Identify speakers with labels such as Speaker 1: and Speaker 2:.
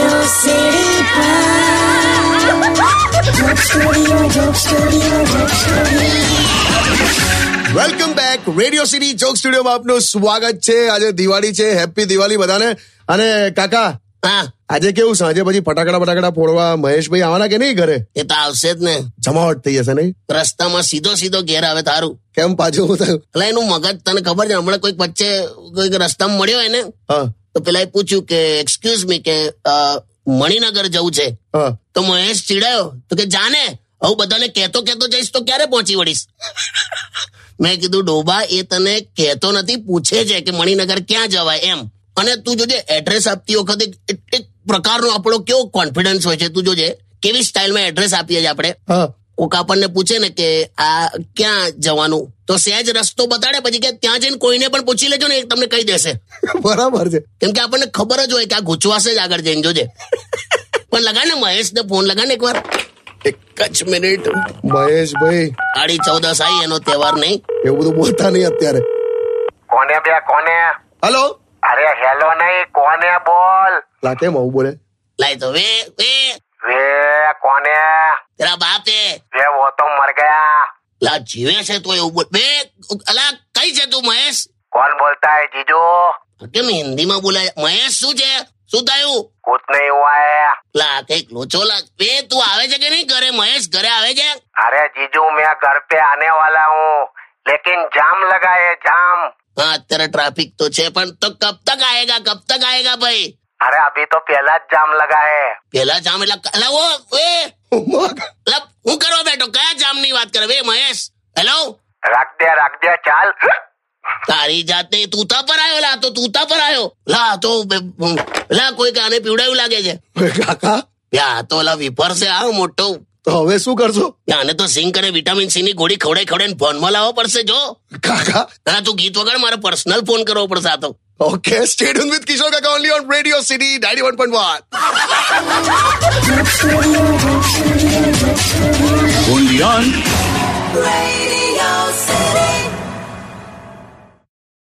Speaker 1: સીડી પર joke studio joke studio joke
Speaker 2: welcome back radio city joke સ્ટુડિયોમાં આપનું સ્વાગત છે આજે દિવાળી છે હેપી દિવાળી બધાને અને કાકા
Speaker 3: હા
Speaker 2: આજે કેવું સાંજે પછી ફટાકડા બટાકડા ફોડવા મહેશભાઈ આવવાના કે નહીં ઘરે
Speaker 3: એ તો આવશે જ ને
Speaker 2: જમાવટ થઈ જશે નહીં
Speaker 3: રસ્તામાં સીધો સીધો ઘેર આવે તારું
Speaker 2: કેમ પાછું હું થયું
Speaker 3: એટલે એનું મગજ તને ખબર છે હમણાં કોઈક વચ્ચે કોઈક રસ્તામાં મળ્યો એને
Speaker 2: હા
Speaker 3: તો પેલા પૂછ્યું કે એક્સક્યુઝ મી કે અ, મણિનગર જવું છે
Speaker 2: હા
Speaker 3: તો મહેશ ચીડાયો તો કે જાને આવું બધાને કહેતો કહેતો જઈશ તો ક્યારે પહોંચી વળીશ મેં કીધું ડોબા એ તને કહેતો નથી પૂછે છે કે મણિનગર ક્યાં જવાય એમ અને તું જોજે એડ્રેસ આપતી વખતે એક- એક પ્રકારનો આપણો કેવો કોન્ફિડન્સ હોય છે તું જોજે કેવી સ્ટાઇલમાં એડ્રેસ આપીએ છીએ આપણે
Speaker 2: હા
Speaker 3: કોક આપણને પૂછે ને કે આ ક્યાં જવાનું તો સહેજ રસ્તો બતાડે પછી કે ત્યાં જઈને કોઈને પણ પૂછી લેજો ને એ તમને કહી દેશે
Speaker 2: બરાબર છે
Speaker 3: કેમ કે આપણને ખબર જ હોય કે આ ગુચવાશે જ આગળ જઈને જોજે પણ લગાને મહેશને ફોન લગાને એકવાર એક જ મિનિટ
Speaker 2: મહેશભાઈ
Speaker 3: આડી ચૌદસ આવી એનો તહેવાર નહીં
Speaker 2: એવું બધું બોલતા નહીં અત્યારે
Speaker 4: કોને બે કોને
Speaker 2: હલો
Speaker 4: અરે હેલો નહીં કોને બોલ
Speaker 2: લા કેમ આવું બોલે
Speaker 3: લાય તો વે વે
Speaker 4: વે કોને
Speaker 3: તેરા બાપ હે
Speaker 4: વે વો તો મર ગયા
Speaker 3: લા જીવે છે તો એવું બોલ બે અલા કઈ છે તું મહેશ
Speaker 4: કોણ બોલતા હે જીજુ
Speaker 3: કેમ હિન્દીમાં બોલાય મહેશ શું છે શું થયું
Speaker 4: કુછ નહીં હુआ है
Speaker 3: લા કઈક લોચો લા બે તું આવે છે કે નહીં ઘરે મહેશ ઘરે આવે છે
Speaker 4: अरे जीजू मैं घर पे आने वाला हूँ लेकिन जाम लगा है जाम
Speaker 3: हाँ અત્યારે ટ્રાફિક તો છે પણ તો કબ તક આયેગા કબ તક આયેગા ભાઈ
Speaker 4: अरे अभी तो पहला जाम लगा है
Speaker 3: પેલા જામ એટલે ક- અલા ઓ એ
Speaker 2: મગ.
Speaker 3: અલા, હું કરવા બેઠો કયા જામ ની વાત કરે બે મહેશ હેલો
Speaker 4: रख दिया रख दिया चाल
Speaker 3: તારી જાતને તૂતા પર આવ્યો લા તો તૂતા પર આવ્યો લા તો બે- લા કોઈ કાને પીવડાયું લાગે છે
Speaker 2: કાકા
Speaker 3: બે આ તો ઓલા વિફર છે આ મોટો
Speaker 2: તો હવે શું કરશો
Speaker 3: બે આને તો સિંક અને વિટામિન સી ની ગોળી ખવડાઈ ખવડાઈને ફોનમાં લાવવો પડશે જો
Speaker 2: કાકા
Speaker 3: ના તું ગીત વગર મારે પર્સનલ ફોન કરવો પડશે આ તો
Speaker 2: ઓકે સ્ટેડ વિથ કિશોર કાકા only on radio city diary one point one
Speaker 5: only on
Speaker 1: studio